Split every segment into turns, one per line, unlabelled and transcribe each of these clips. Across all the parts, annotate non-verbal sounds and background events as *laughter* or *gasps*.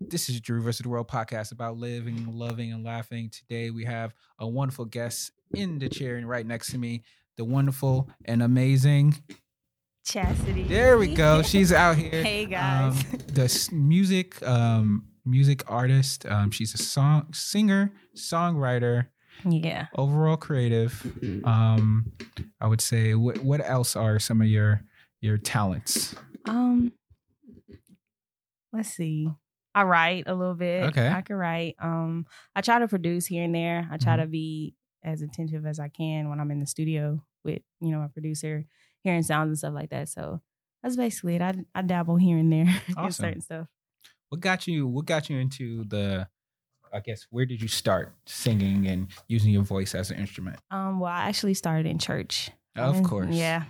This is Drew versus the World podcast about living, loving, and laughing. Today we have a wonderful guest in the chair and right next to me, the wonderful and amazing.
Chastity.
There we *laughs*
*laughs*
go. She's out here.
Hey, guys.
Um, the s- music, um, music artist. Um, she's a song singer, songwriter,
yeah.
overall creative. Um, I would say, what what else are some of your your talents?
Um. Let's see. I write a little bit.
Okay.
I can write. Um. I try to produce here and there. I try
Mm-hmm.
to be as attentive as I can when I'm in the studio with you know my producer, hearing sounds and stuff like that. So that's basically it. I I dabble here and there *laughs* in
Awesome.
certain stuff.
What got you? What got you into the? I guess where did you start singing and using your voice as an instrument?
Um. Well, I actually started in church. I've
Of
been-
course.
Mm, Yeah.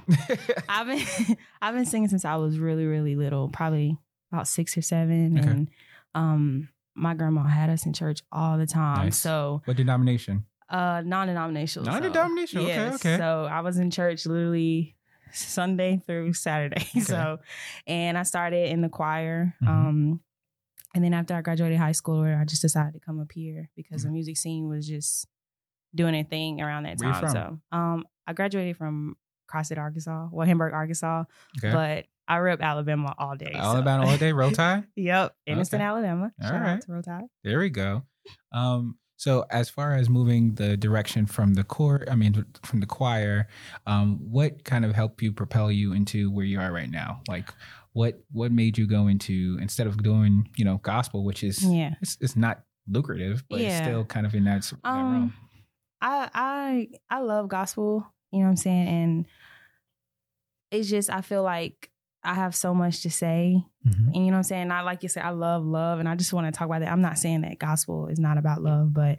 I've been *laughs* I've been singing since I was really really little, probably about six or seven,
Okay.
and um, my grandma had us in church all the time.
Nice.
So
*laughs* what denomination?
uh, non-denominational, so-
Non-denominational, okay, okay.
So I was in church literally Sunday through Saturday. *laughs* So, and I started in the choir.
Mhm.
Um, and then after I graduated high school, I just decided to come up here because the music scene was just doing a thing around that
Mm-hmm. Where you
time.
from?
So, um, I graduated from CrossFit, Arkansas, well, Hamburg, Arkansas,
Okay.
but I rep Alabama all day.
all
so-
about
*laughs*
all day roll tide.
yep, Innocent,
Okay.
Alabama.
All
Shout
right.
out to Roll Tide.
There we go. Um, so as far as moving the direction from the core, I mean from the choir, um, what kind of helped you propel you into where you are right now? Like what what made you go into instead of doing, you know, gospel, which is
Yeah.
it's, it's not lucrative, but it's
Yeah.
still kind of in that, s- that
Um,
realm.
I I I love gospel. You know what I'm saying? And it's just I feel like I have so much to say.
Mhm.
And you know what I'm saying? I like you said, I love love, and I just want to talk about that. I'm not saying that gospel is not about love, but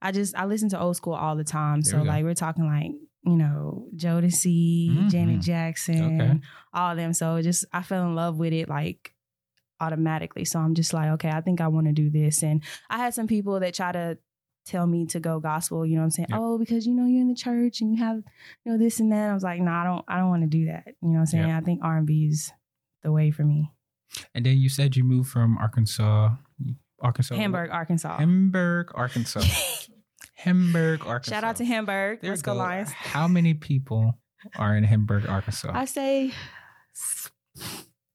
I just I listen to old school all the time.
There
so
we go.
like we're talking like you know Jodeci,
Mhm.
Janet Jackson,
Okay.
all of them. So it just I fell in love with it like automatically. So I'm just like, okay, I think I want to do this. And I had some people that try to tell me to go gospel, you know what I'm saying?
Yep.
Oh, because you know you're in the church and you have you know this and that. I was like, no, I don't I don't want to do that. You know what I'm saying? I think R&B is the way for me.
And then you said you moved from Arkansas Arkansas
Hamburg, Arkansas. *laughs*
Hamburg, Arkansas. Hamburg, Arkansas.
Shout out to Hamburg.
There
Let's
we
go Lions.
How many people are in Hamburg, Arkansas?
I say s-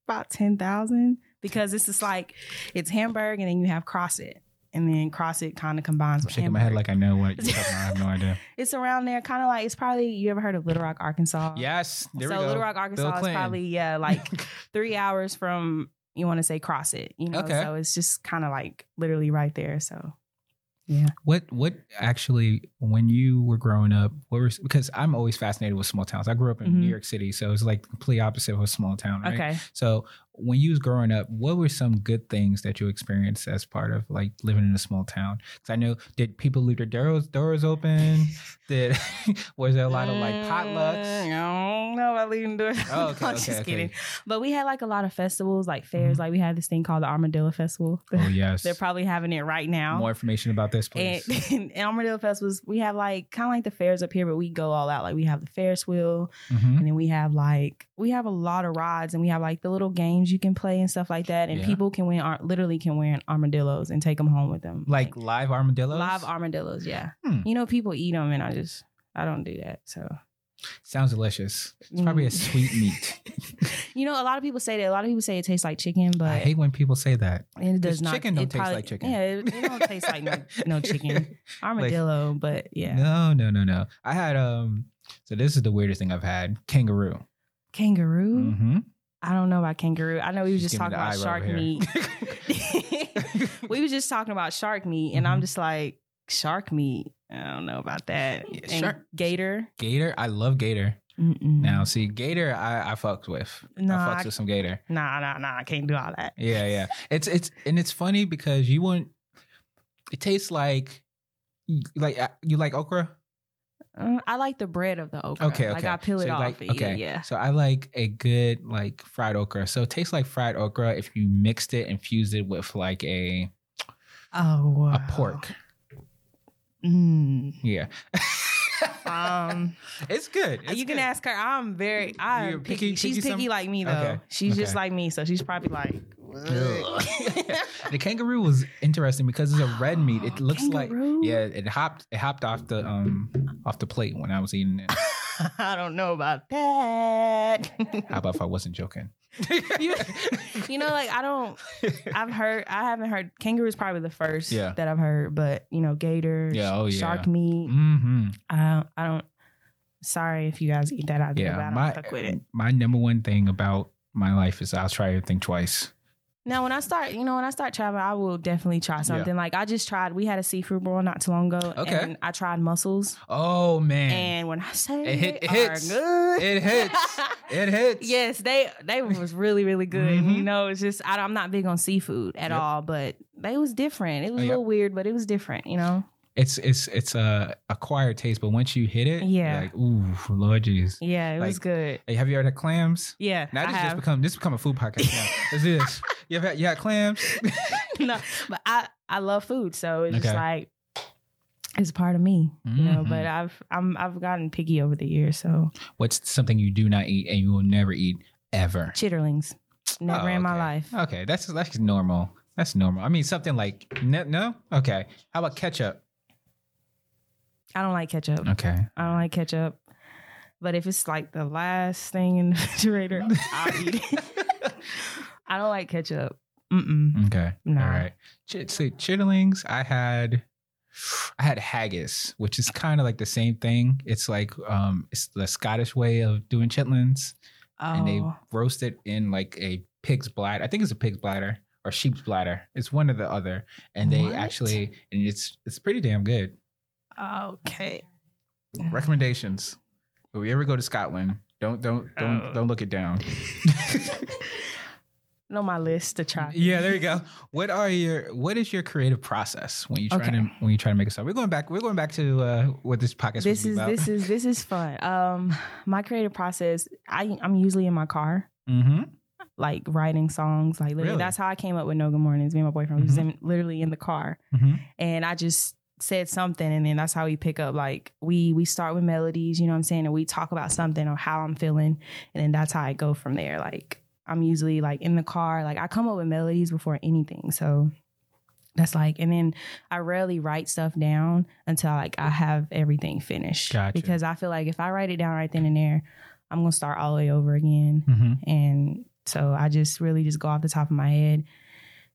about 10,000 because this is like it's Hamburg and then you have CrossFit. And then CrossFit kind of combines
I'm
with
shaking my head
Hamburg. Uh,
like I know what you're talking about. I
*laughs*
have no idea.
it's around there, kind of like it's probably you ever heard of Little Rock, Arkansas?
Yes, there
so
we go.
Little Rock, Arkansas is
Clinton.
probably
*laughs*
yeah, like three hours from you want to say CrossFit, you know.
Okay.
So it's just kind of like literally right there. So
what what actually when you were growing up, what was because I'm always fascinated with small towns. I grew up in New
Mhm.
York City, so it's like the complete opposite of a small town, right?
okay,
So when you was growing up, what were some good things that you experienced as part of like living in a small town? Because I know did people leave their doors doors open? Did *laughs* was there a lot of like
Mm,
potlucks?
I don't know about leaving doors.
Oh,
*laughs*
okay,
I'm
okay,
just
okay. Oh,
kidding. But we had like a lot of festivals, like fairs.
Mm-hmm.
Like we had this thing called the Armadillo Festival. *laughs*
Oh yes.
They're probably having it right now.
More information about this,
and,
please.
*laughs* and Armadillo Festivals, we have like kind of like the fairs up here, but we go all out. Like we have the Ferris wheel,
Mhm.
and then we have like we have a lot of rides and we have like the little games you can play and stuff like that and
Yeah.
people can win ar- literally can win armadillos and take them home with them
Like live armadillos.
live armadillos yeah
Hmm.
you know people eat them and i just i don't do that so
Sounds delicious. It's probably a
mm. *laughs*
sweet meat. *laughs*
you know a lot of people say that a lot of people say it tastes like chicken but
I hate when people say that. Because
it does not
chicken don't
it
taste like chicken.
yeah it, it don't taste
*laughs*
like no, no chicken armadillo but yeah
No, no, no, no. I had um. So this is the weirdest thing I've had: kangaroo.
kangaroo
Mm-hmm.
i don't know about kangaroo i know we were just
Give me
talking
the
about
eye
shark
rub
meat
here. *laughs*
*laughs* we were just talking about shark meat, and
Mhm.
I'm just like, shark meat. I don't know about that.
Yeah,
and
shark-
gator.
gator. I love gator.
Mm-mm.
Now, see, gator, I I fucked with. I
Mm-hmm. Nah,
fucked
I-
with some gator.
nah, nah, nah. I can't do all that.
Yeah, yeah.
*laughs*
It's it's and it's funny because you want. It tastes like, like uh, you like okra.
Uh, I like the bread of the okra.
Okay, okay.
Like I peel
So
it
you
off.
like-
yeah,
okay.
yeah.
So I like a good like fried okra. So it tastes like fried okra if you mixed it and fused it with like a
Oh, wow.
a pork.
Mm.
Yeah.
Um,
*laughs* it's good. It's
you can
good.
ask her. I'm very. I'm
You're
picky.
picky-
She's
picky
picky
some-
like me though.
Okay,
She's just
okay.
like me, so she's probably like,
Ugh. *laughs* the kangaroo was interesting because it's a red meat.
*gasps*
It looks
Kangaroo?
like yeah, it hopped it hopped off the um off the plate when I was eating it.
*laughs* I don't know about that. *laughs*
How about if I wasn't joking? Mm-hmm.
you, you know, like I don't. I've heard. I haven't heard. Kangaroo is probably the first
Yeah.
that I've heard, but you know, gator,
Yeah, oh, yeah.
shark meat.
hmm
I, I don't. Sorry if you guys eat that out there, but I
Yeah,
don't
my
fuck with it.
my number one thing about my life is I'll try everything twice.
Now, when I start, you know, when I start traveling, I will definitely try something. Like I just tried. We had a seafood roll not too long ago,
Okay.
and I tried mussels.
Oh man,
And when I say
It hit- it
they are
hits.
good,
it
*laughs*
hits, it hits.
yes, they they was really really good.
Mhm.
You know, it's just I, don't- I'm not big on seafood at
Yep.
all, but they was different. It was
Oh,
a
yep.
little weird, but it was different. You know,
it's it's it's a acquired taste, but once you hit it, you're
Yeah.
like ooh, Lord Jesus.
yeah, it was
Like-
good.
Hey, have you ever had clams?
Yeah,
Now
I
this just
have.
become this become a food podcast.
*laughs*
Now. This is you have had, you had clams. *laughs*
no, but I I love food, so it's just
Okay.
like it's a part of me. You know,
Mhm.
but I've I'm I've gotten picky over the years, so
What's something you do not eat and you will never eat ever?
chitterlings, never
Oh,
in my
okay.
life.
Okay, that's that's normal. That's normal. I mean, something like no, no? Okay. How about ketchup?
I don't like ketchup.
Okay.
I don't like ketchup. But if it's like the last thing in the *laughs* refrigerator, I'll eat it. *laughs* I don't like ketchup. Mm-mm.
Okay.
Nah.
All right. Ch- so chitterlings, I had I had haggis, which is kind of like the same thing. It's like um it's the Scottish way of doing chitlins
Oh,
and they roast it in like a pig's bladder. I think it's a pig's bladder or sheep's bladder. It's one or the other. And they
What?
actually and it's it's pretty damn good.
okay.
Recommendations. If you ever go to Scotland, don't don't don't
Oh.
don't look it
*laughs*
down.
No, my list to try.
Yeah, there you go. What are your what is your creative process when you try
Okay.
to when you try to make a song? We're going back. We're going back to uh, what this podcast
This
would
is
be about.
this
*laughs*
is this is fun. Um, my creative process. I I'm usually in my car,
hmm
like writing songs. Like literally,
Really? Mm-hmm.
that's how I came up with No Good Mornings. Me and my boyfriend we was in, literally in the car.
hmm
and I just said something and then that's how we pick up like we we start with melodies you know what I'm saying and we talk about something or how I'm feeling and then that's how I go from there like I'm usually like in the car like I come up with melodies before anything so that's like and then I rarely write stuff down until like I have everything finished
Gotcha.
because I feel like if I write it down right then and there I'm going to start all the way over again
hmm
and so I just really just go off the top of my head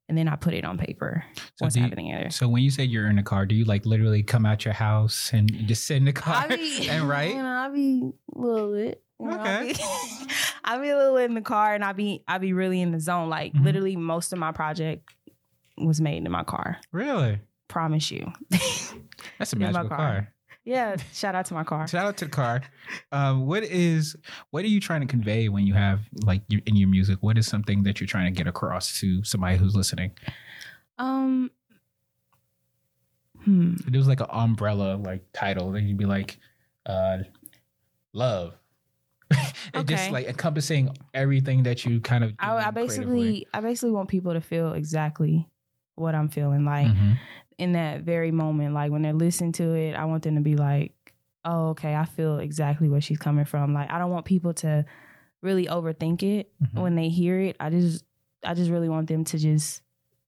and then I put it on paper
So,
once
do you-
everything is
so when you say you're in the car, do you like literally come out your house and just sit in the car
I
*laughs*
be, *laughs*
and write?
You know, I be a little lit. You know, I
Okay.
be- *laughs* I be a little lit in the car, and I be I be really in the zone. Like
Mhm.
literally, most of my project was made in my car.
Really?
Promise you.
That's a
In my
magical car.
car.
*laughs*
yeah. Shout out to my car.
Shout out to the car. Um, what is what are you trying to convey when you have like you, in your music? What is something that you're trying to get across to somebody who's listening?
Um. Hmm.
If there was like an umbrella like title then you'd be like uh love *laughs* it just
Okay.
like encompassing everything that you kind of do
I, I basically I basically want people to feel exactly what I'm feeling like
creatively. Mhm.
in that very moment. Like when they're listening to it, I want them to be like, oh, okay, I feel exactly where she's coming from. Like I don't want people to really overthink it
Mhm.
when they hear it. I just I just really want them to just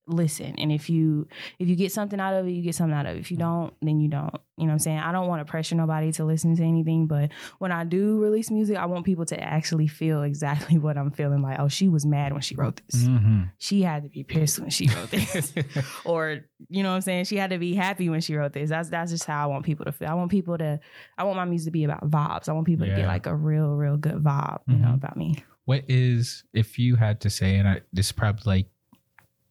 listen. And if you if you get something out of it, you get something out of it. If you don't, then you don't. You know what I'm saying? I don't want to pressure nobody to listen to anything, but when I do release music, I want people to actually feel exactly *laughs* what I'm feeling like. Oh, she was mad when she wrote this.
Mhm.
She had to be pissed when she wrote this
*laughs*
or you know what I'm saying she had to be happy when she wrote this that's that's just how I want people to feel I want people to I want my music to be about vibes I want people to
Yeah.
get like a real real good vibe you know
Mhm.
about me
what is if you had to say and I, this is probably like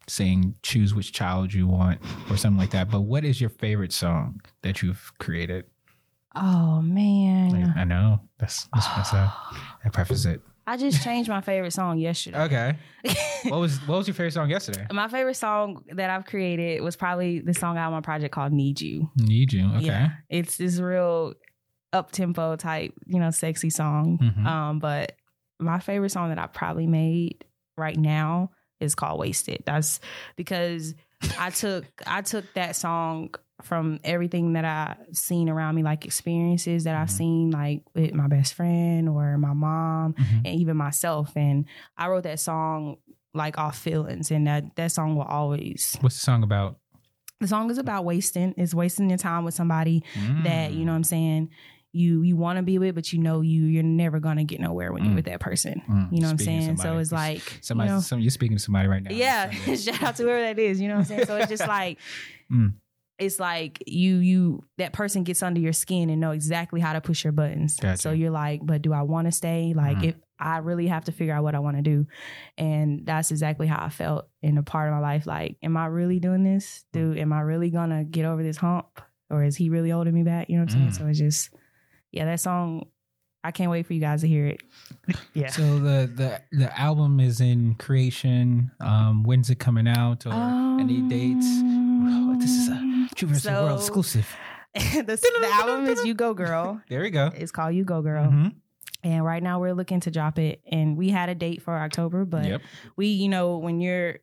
saying choose which child you want or something like that but what is your favorite song that you've created
oh
Like,
man
i know that's that's messed up i preface it
*sighs* I just changed my favorite song yesterday
okay what was what was your favorite song yesterday
*laughs* my favorite song that I've created was probably the song out of my project called Need You
*laughs* need you okay
Yeah. it's this real up tempo type you know sexy song
Mhm.
um but my favorite song that I probably made right now is called Wasted. That's because I took I took that song from everything that I've seen around me, like experiences that I've
Mhm.
seen, like with my best friend or my mom
Mhm.
and even myself. And I wrote that song like off feelings, and that that song will always.
What's the song about?
The song is about wasting. It's wasting your time with somebody that you know what I'm saying you you want to be with, but you know you you're never gonna get nowhere when
Mm.
you're with that person.
Mm,
You know what I'm
speaking to
saying? So
somebody.
it's like
Somebody,
you know,
some, you're speaking to somebody right now.
yeah. *laughs*
Sunday.
Shout out to whoever that is. You know what I'm saying? So
*laughs*
it's just like.
Mm.
It's like you you that person gets under your skin and know exactly how to push your buttons.
Gotcha.
So you're like, but do I want to stay? Like
Mm.
if I really have to figure out what I want to do, and that's exactly how I felt in a part of my life. Like, am I really doing this,
Mm.
dude? Am I really gonna get over this hump, or is he really holding me back? You know what I'm
Mm.
saying? So it's just, yeah, that song. I can't wait for you guys to
*laughs*
hear it. Yeah.
So the the the album is in creation. Um, when's it coming out or uh, any dates?
Um,
This is a True Versus
so-
World exclusive.
*laughs* the, the album is You Go Girl.
There we go.
It's called You Go Girl.
Mhm.
And right now we're looking to drop it. And we had a date for October, but
Yep.
we, you know, when you're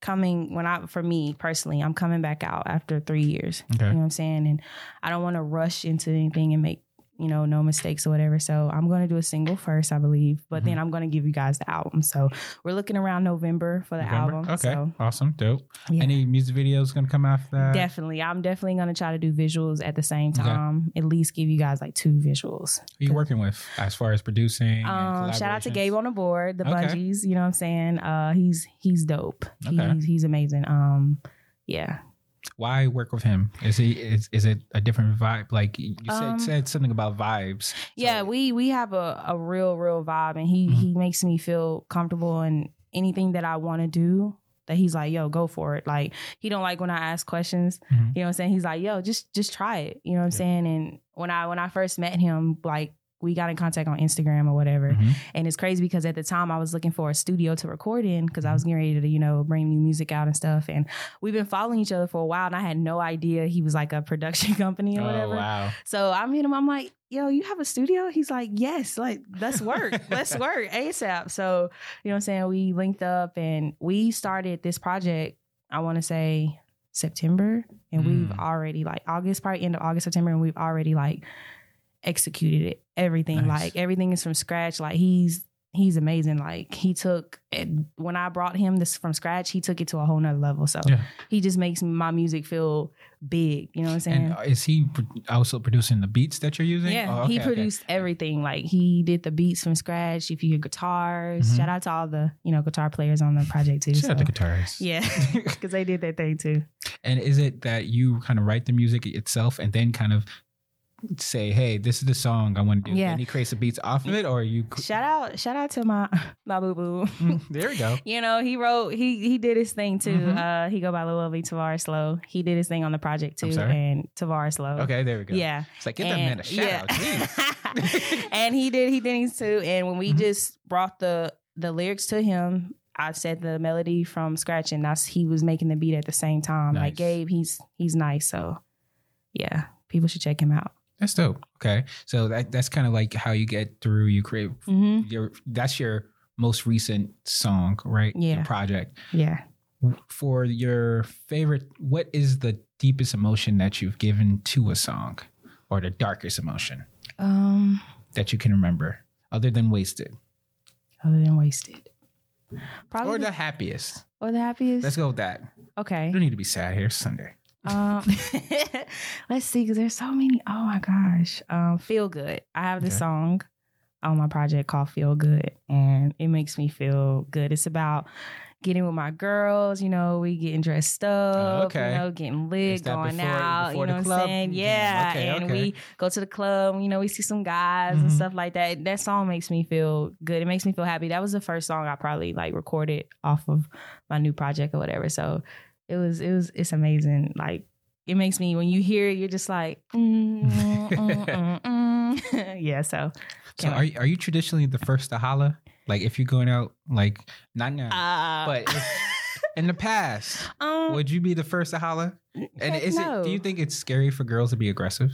coming, when I, for me personally, I'm coming back out after three years. You
Okay.
know what I'm saying? And I don't want to rush into anything and make, you know, no mistakes or whatever. So I'm going to do a single first, I believe, but
Mm-hmm.
then I'm going to give you guys the album. So we're looking around November for the
November.
album.
Okay.
So
Awesome. Dope.
yeah.
Any music videos gonna come after that?
definitely. I'm definitely going to try to do visuals at the same
Uh, Okay.
time, at least give you guys like two visuals.
Who you working with as far as producing? and
Um, shout out to
collaborations?
Gabe on the board, the
Okay.
Bungees. You know what I'm saying? Uh, he's he's dope.
Okay.
He's he's amazing. Um, yeah.
Why work with him? Is he is, is it a different vibe? Like you said,
Um,
said something about vibes.
yeah
So-
we we have a, a real real vibe and he
Mhm.
he makes me feel comfortable and anything that i want to do that he's like yo go for it like he don't like when i ask questions
Mhm.
you know what i'm saying he's like yo just just try it you know what i'm
Yeah.
saying and when i when i first met him like we got in contact on instagram or whatever
Mhm.
and it's crazy because at the time I was looking for a studio to record in because I was getting ready to, you know, bring new music out and stuff. And we've been following each other for a while and I had no idea he was like a production *laughs* company or
Oh
whatever.
wow.
So I meet him. I'm like, yo, you have a studio? He's like, yes, like, let's work. let's work ASAP. So, you know what I'm saying? We linked up and we started this project, I want to say September. And we've
Mm.
already, like, August, probably end of August, September. And we've already, like, executed it. Everything,
Nice.
like, everything is from scratch. Like, he's, He's amazing. Like he took and when I brought him this from scratch, he took it to a whole nother level. So
Yeah.
he just makes my music feel big. You know what I'm saying?
And is he pr- also producing the beats that you're using?
Yeah,
Oh,
he
okay, okay.
produced everything. Like he did the beats from scratch. If you hear guitars,
Mhm.
shout out to all the you know guitar players on the project too.
Shout out to
so-
guitarists.
yeah,
*laughs*
*laughs* because they did their thing too.
And is it that you kind of write the music itself and then kind of say, "Hey, this is the song I want to do,"
Yeah.
and he creates the beats off of it, or you?
Shout out, shout out to my *laughs* my boo boo.
Mm, there we
*laughs*
go.
You know he wrote he he did his thing too.
Mhm.
Uh, he go by Lil V Tavares Low. He did his thing on the project
I'm
too,
sorry?
and Tavares Low.
Okay, there we go.
yeah.
it's like give that man a shout out. Jeez.
*laughs* and he did he did these too. And when we
Mhm.
just brought the the lyrics to him, I said the melody from scratch, and that's he was making the beat at the same time.
Nice.
Like Gabe, he's he's nice, so yeah, people should check him out.
That's dope. Okay, so that that's kind of like how you get through. You create
Mm-hmm.
your that's your most recent song, right?
Yeah.
Your project
Yeah.
for your favorite. What is the deepest emotion that you've given to a song, or the darkest emotion
Um.
that you can remember, other than wasted,
Other than wasted, probably
or the
*laughs*
happiest?
or the happiest.
Let's go with that.
okay.
You don't need to be sad here. It's Sunday.
Um, *laughs* let's see, because there's so many. Oh my gosh, um, feel good. I have this
Okay.
song on my project called Feel Good, and it makes me feel good. It's about getting with my girls. You know, we getting dressed up.
okay.
You know, getting
Is
lit,
that
going
before-
out. You
before
know
the
what I'm
club?
saying?
Mhm.
Yeah.
Okay,
and
okay.
we go to the club. You know, we see some guys
Mhm.
and stuff like that. That song makes me feel good. It makes me feel happy. That was the first song I probably like recorded off of my new project or whatever. So it was it was it's amazing. Like it makes me when you hear it, you're just like, mm, mm, mm, mm, mm. *laughs* yeah. So
So
Can't
are you, are you traditionally the first to holla? Like if you're going out, like not now,
uh,
but if- in the past,
*laughs* um,
would you be the first to holla? And
heck
is it?
no.
Do you think it's scary for girls to be aggressive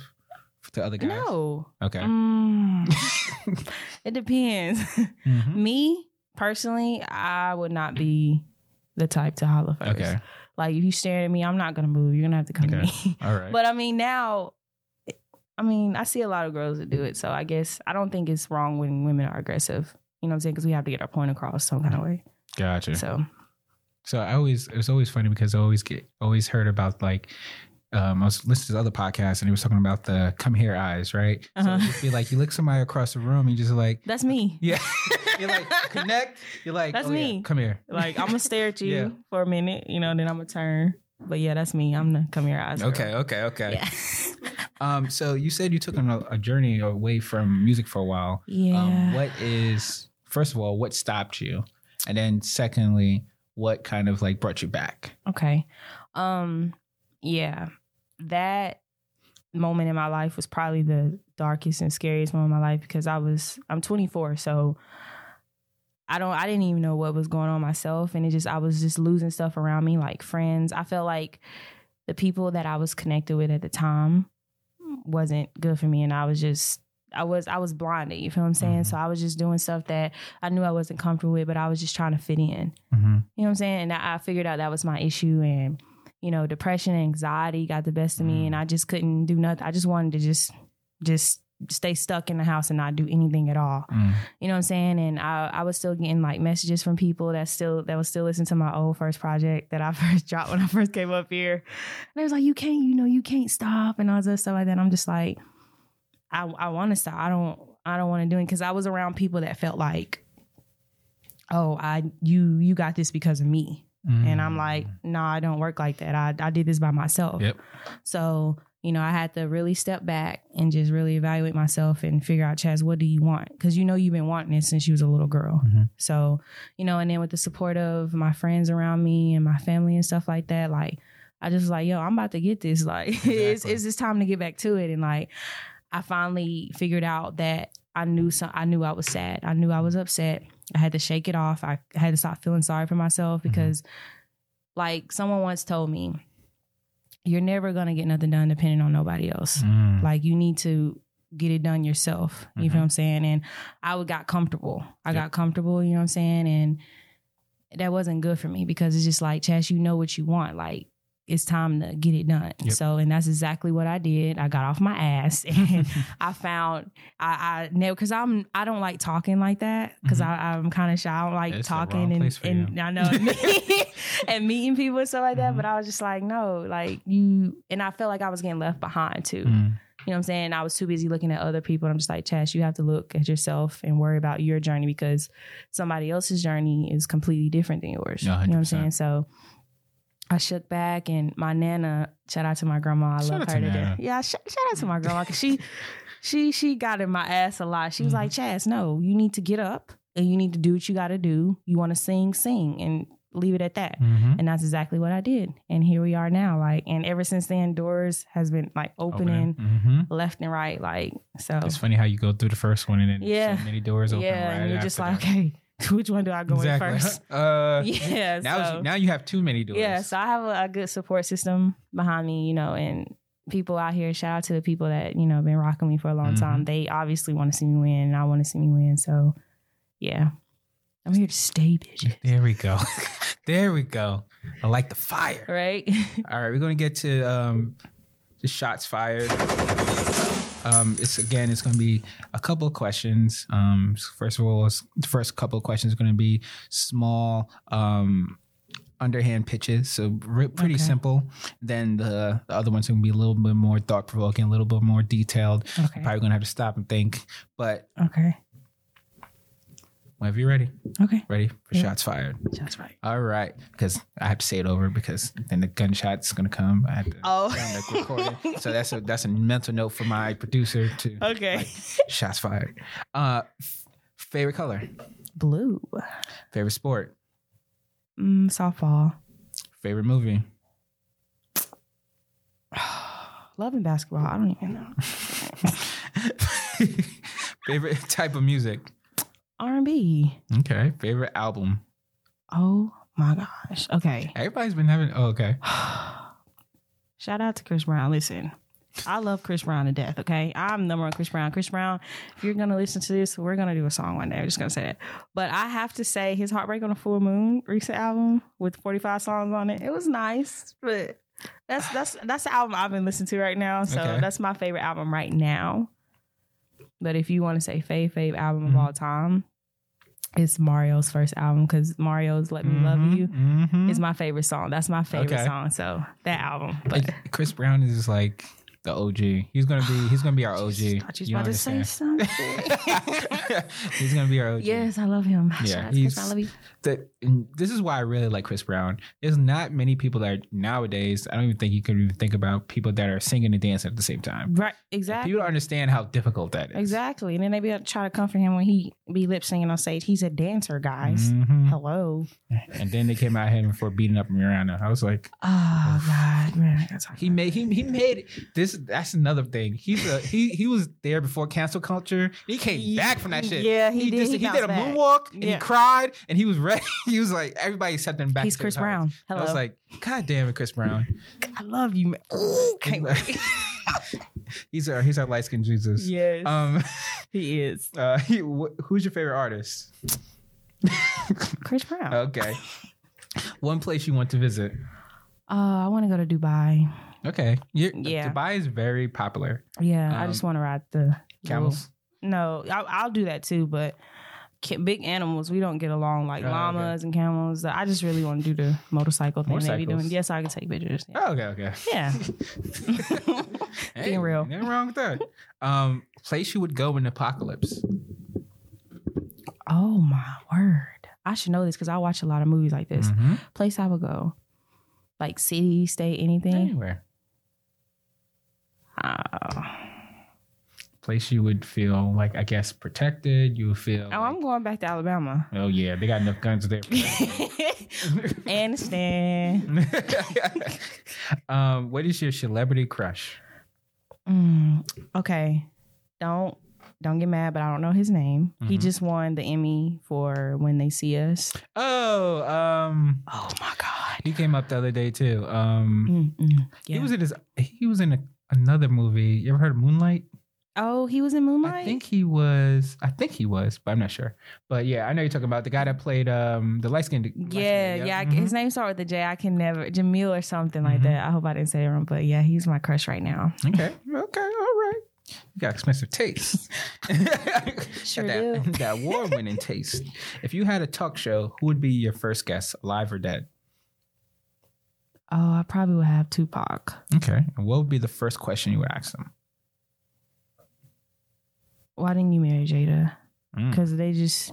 to other guys?
no,
Okay. *laughs*
Mm. it depends. *laughs*
Mhm.
me personally, I would not be the type to holler first.
Okay.
Like if you staring at me, I'm not gonna move. You're gonna have to come
Okay.
to me.
All right.
But uh, I mean, now, I mean, I see a lot of girls that do it. So I guess I don't think it's wrong when women are aggressive. You know what I'm saying? Because we have to get our point across some kind of way.
Gotcha.
So
So I always it's always funny because I always get always heard about like um, I was listening to other podcasts and he was talking about the come here eyes, right?
Uh-huh.
So it'd be like you look somebody across the room, you just like
that's me.
yeah, *laughs* you're like connect. You're like
That's
oh, yeah,
me.
come here. *laughs*
Like I'm gonna stare at you
Yeah.
for a minute, you know, then I'm gonna turn. But yeah, that's me. I'm the come here eyes. girl.
Okay, okay, okay.
Yeah.
Um, so you said you took on a, a journey away from music for a while.
yeah.
Um, what is first of all, what stopped you, and then secondly, what kind of like brought you back?
Okay. Um yeah. That moment in my life was probably the darkest and scariest moment of my life because I was I'm 24, so I don't I didn't even know what was going on myself and it just I was just losing stuff around me like friends. I felt like the people that I was connected with at the time wasn't good for me and I was just I was I was blinded, you feel what I'm saying?
Mhm.
So I was just doing stuff that I knew I wasn't comfortable with, but I was just trying to fit in.
Mm-hmm.
You know what I'm saying? And I I figured out that was my issue. And, you know, depression and anxiety got the best of me.
Mm.
And I just couldn't do nothing. I just wanted to just, just stay stuck in the house and not do anything at all.
Mm-hmm.
You know what I'm saying? And I, I was still getting like messages from people that still, that was still listening to my old first project that I *laughs* first dropped when I first came up here. And it was like, you can't, you know, you can't stop and all this other stuff like that. And I'm just like, I, I want to stop. I don't, I don't want to do it. Cause I was around people that felt like, oh, I, you, you got this because of me. And I'm like, no, nah, I don't work like that. I, I did this by myself.
Mm. Yep.
So, you know, I had to really step back and just really evaluate myself and figure out, Chaz, what do you want? Because you know, you've been wanting it since you was a little girl.
Mhm.
So, you know, and then with the support of my friends around me and my family and stuff like that, like, I just was like, yo, I'm about to get this. *laughs* Like, it's,
Exactly.
it's just time to get back to it. And like, I finally figured out that I knew some, I knew I was sad. I knew I was upset. I had to shake it off. I had to stop feeling sorry for myself
Mm-hmm.
because, like, someone once told me, you're never gonna get nothing done depending on nobody else.
Mm.
Like, *laughs* you need to get it done yourself. You feel what I'm saying? And I would got comfortable. I
Yep.
got comfortable. You know what I'm saying? And that wasn't good for me because it's just like, Chas, you know what you want. Like, it's time to get it done.
Yep.
So, and that's exactly what I did. I got off my ass *laughs* and I found I I know because I'm I don't like talking like that because
Mhm.
I'm kind of shy. I don't like
It's the wrong
talking and,
place for
and
you.
I know *laughs* and meeting people and stuff like that.
Mhm.
But I was just like, no, like you and I felt like I was getting left behind too.
Mm.
You know what I'm saying? I was too busy looking at other people. I'm just like, Chas, you have to look at yourself and worry about your journey because somebody else's journey is completely different than yours.
Yeah,
You know what I'm
100%.
saying? So I shook back and my nana, shout out to my grandma. I
Shout
love
out
her
to Nana.
to death. Yeah, sh- shout out to my grandma because she she she got in my ass a lot. She was
Mhm.
like, Chas, no, you need to get up and you need to do what you gotta do. You wanna sing, sing and leave it at that.
Mhm.
And that's exactly what I did. And here we are now. Like, and ever since then, doors has been like opening
Mhm.
left and right. Like, so
It's funny how you go through the first one and then
Yeah.
so many doors open.
yeah,
right
and you're just
after
like,
that.
okay, which one do I *laughs* go
exactly. *laughs*
in first? *laughs*
Uh,
yeah.
now,
so,
now you have too many doors.
yeah. So I have a, a good support system behind me, you know, and people out here. Shout out to the people that you know been rocking me for a long
Mhm.
time. They obviously want to see me win, and I want to see me win. So, yeah, I'm here to stay, bitches.
there we go. *laughs* there we go. I like the fire.
Right? *laughs*
All right, we're gonna get to um, the shots fired. Um, it's again, it's gonna be a couple of questions. Um, first of all, it's- the first couple of questions are gonna be small, um, underhand pitches, so re- pretty
Okay.
simple. Then the, the other ones are gonna be a little bit more thought provoking, a little bit more detailed.
Okay.
Probably gonna have to stop and think. But
Okay.
whenever you're ready,
Okay.
ready for
Yeah.
shots fired.
That's right.
All right, because I have to say it over because then the gunshot's gonna come. I have to.
Oh.
*laughs* on the recording. so that's a that's a mental note for my producer to
*laughs* *laughs* okay.
shots fired. Uh f- favorite color,
Blue.
favorite sport,
Mm, softball. *sighs*
favorite movie. *laughs*
Loving basketball. I don't even know.
favorite type of music.
R&B.
Okay. Favorite album.
Oh my gosh. Okay. *sighs*
Everybody's been having oh okay.
Shout out to Chris Brown. Listen, I love Chris Brown to death. Okay, I'm number one Chris Brown. Chris Brown, if you're gonna listen to this, we're gonna do a song one day. I'm just gonna say that. But I have to say, his "Heartbreak on a Full Moon" recent album with 45 songs on it, it was nice. But that's that's that's the album I've been listening to right now. So
Okay.
that's my favorite album right now. But if you want to say fave fave album
Mhm.
of all time, it's Mario's first album because Mario's "Let Me Love You"
Mhm.
is my favorite song. That's my favorite
Okay.
song. So that album, but.
Like, Chris Brown is like the OG. He's gonna be he's gonna be our OG.
I thought you was about to say
*laughs*
something.
he's gonna be our OG.
*laughs* yes, I love him.
Yeah,
Shout out to Chris
he's-
Brown, I love you.
The- and this is why I really like Chris Brown. There's not many people that are, nowadays. I don't even think you can even think about people that are singing and dancing at the same time.
Right, exactly.
People don't understand how difficult that is.
Exactly. And then they be uh, try to comfort him when he be lip singing on stage. He's a dancer, guys.
Mhm.
Hello.
And then they came out him for beating up Miranda. I was like,
Oh God, man.
he made he, he made this. That's another thing. He's a he he was there before cancel culture. He came back from that shit.
Yeah, he, did.
just-
he,
he did a
back.
moonwalk and he
Yeah.
cried and he was ready. *laughs* He was like everybody accepted him back.
He's
to his
Chris
house.
Brown. Hello.
I was like, God damn it, Chris Brown.
I love you. Man.
*laughs*
Ooh, *laughs* can't wait.
he's our he's our light skinned Jesus.
yes,
Um,
he is.
uh, he, wh- who's your favorite artist?
Chris Brown. Uh,
Okay,
*laughs*
one place you want to visit.
Oh, I want to go to Dubai.
Okay, You're,
Yeah.
Dubai is very popular.
Yeah, I
Um,
just want to ride the
Camels.
No, I, I'll do that too, but. ca- Big animals, we don't get along like
Oh, okay.
llamas and camels. I just really want to do the motorcycle thing they be doing.
Motorcycles.
Yes, I can take pictures. Yeah.
Oh, okay, okay. *laughs*
yeah. *laughs* Being real.
nothing wrong with
*laughs*
that. Um, place you would go in the apocalypse.
Oh my word. I should know this because I watch a lot of movies like this.
Mhm.
Place I would go. Like city, state, anything.
Anywhere.
Oh,
Place you would feel like I guess protected. You would feel.
Oh, I'm going back to *laughs* Alabama.
like, oh yeah, they got enough guns there. for that.
*laughs* Anderson.
*laughs* um, what is your celebrity crush?
Mm, okay. Don't don't get mad, but I don't know his name. He
Mhm.
just won the Emmy for When They See Us.
Oh, um,
Oh my God.
he came up the other day too. Um,
Mm-mm.
he
Yeah.
was in his. He was in a, another movie. You ever heard of Moonlight?
oh, he was in Moonlight.
I think he was. I think he was, but I'm not sure. But yeah, I know you're talking about the guy that played um the light skinned.
Yeah, Mm-hmm. yeah. I
Mm-hmm.
His name started with a J. I can never Jamil or something like
Mhm.
that. I hope I didn't say it wrong, but yeah, he's my crush right now.
Okay. Okay. All right. You got expensive taste.
*laughs* Sure
that,
do.
That war winning taste. If you had a talk show, who would be your first guest, alive or dead?
Oh, I probably would have Tupac.
Okay. And what would be the first question you would ask them?
Why didn't you marry Jada?
Mm.
Because they just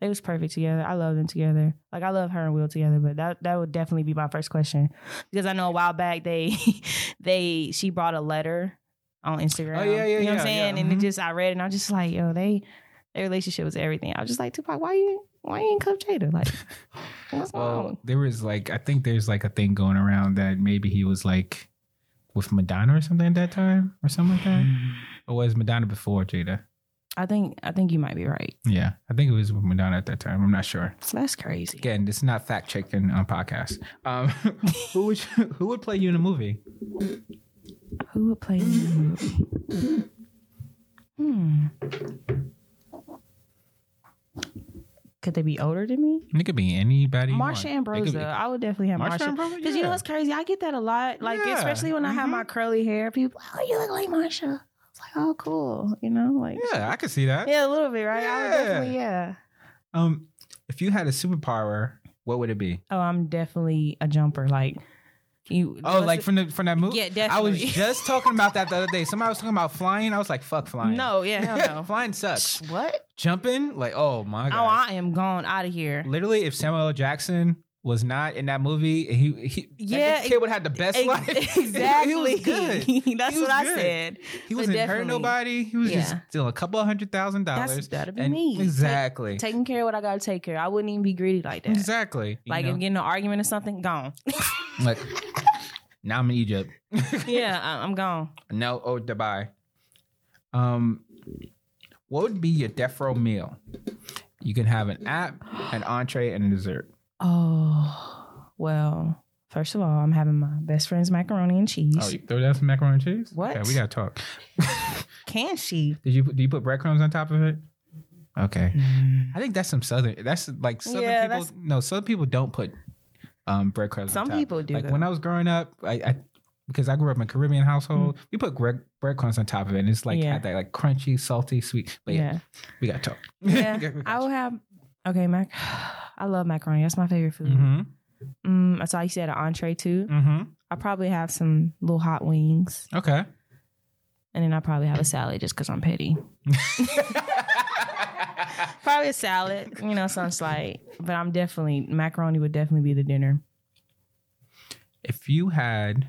they was perfect together. I love them together. Like I love her and Will together, but that that would definitely be my first question. Because I know a while back they *laughs* they she brought a letter on Instagram.
Oh, yeah, yeah,
You know what
yeah,
I'm saying?
yeah,
And
mhm.
it just I read and I'm just like, yo, they their relationship was everything. I was just like, Tupac, why you why you ain't cup
*laughs*
Jada? Like what's wrong?
Well, there was like I think there's like a thing going around that maybe he was like with Madonna or something at that time or something like
*sighs*
that. Or was Madonna before Jada?
I think I think you might be right.
Yeah, I think it was with Madonna at that time. I'm not sure.
That's crazy.
Again, this is not fact checking on podcast. Um, *laughs* who would you, who would play you in a movie?
Who would play me in the movie? Hmm. Could they be older than me?
It could be anybody. you want.
Marsha
It could be-
Ambrosia. I would definitely have
Marsha
Marsha.
Ambrosia,
Because you
yeah.
know what's crazy? I get that a lot. Like,
Yeah.
especially when I have
Mhm.
my curly hair, people, oh, you look like Marsha. It's like, oh, cool. You know, like,
yeah, I could see that.
yeah, a little bit, right? I would
Yeah.
definitely, yeah.
Um, if you had a superpower, what would it be?
Oh, I'm definitely a jumper. Like, you.
Oh,
what's
like
it-
from the from that movie.
yeah,
I
definitely.
was just talking about that the other day. Somebody was talking about flying. I was like, fuck flying. *laughs*
no, yeah, hell
flying sucks.
no. what?
Jumping, like, oh my
Oh,
god.
I am gone out of here.
Literally, if Samuel L. Jackson was not in that movie, he, he
Yeah,
that kid would have the best
Ex- *laughs*
life. *laughs*
Exactly.
he was good.
*laughs* That's
He was
what I
good.
said.
He
So
wasn't hurting
definitely.
nobody. He was just
Yeah.
stealing a couple of hundred thousand
That's
dollars.
that'd be
And-
me. Ta-
Exactly.
taking care of what I gotta take care. of. I wouldn't even be greedy like that.
exactly. You
Like
know?
if getting in an argument or something, *laughs* gone.
like now I'm in Egypt.
yeah, I, I'm gone.
Now oh Dubai. Um what would be your death row meal? You can have an app, an entree, and a dessert.
Oh well. First of all, I'm having my best friend's macaroni and cheese.
Oh, you throw down some macaroni and cheese?
What?
Okay, we gotta talk.
Can she?
Did you put do you put breadcrumbs on top of it? Okay. I think that's some southern. That's like southern
Yeah,
people.
that's-
No, southern people don't put um, breadcrumbs. on
Some
top.
people do,
Like
though.
when I was growing up, I, I because I grew up in a Caribbean household, we put bread, breadcrumbs on top of it, and it's like
Yeah. *laughs*
had that like crunchy, salty, sweet. But yeah,
Yeah.
*laughs* we got to talk.
Yeah.
We got- we got
I
you.
will have Okay, mac. *sighs* I love macaroni. That's my favorite food.
Mm-hmm.
Mm, I saw you said an entree too.
Mm-hmm.
I probably have some little hot wings,
Okay.
and then I probably have a salad just because I'm petty. Probably a salad, you know, some slight. But I'm definitely macaroni would definitely be the dinner.
if you had,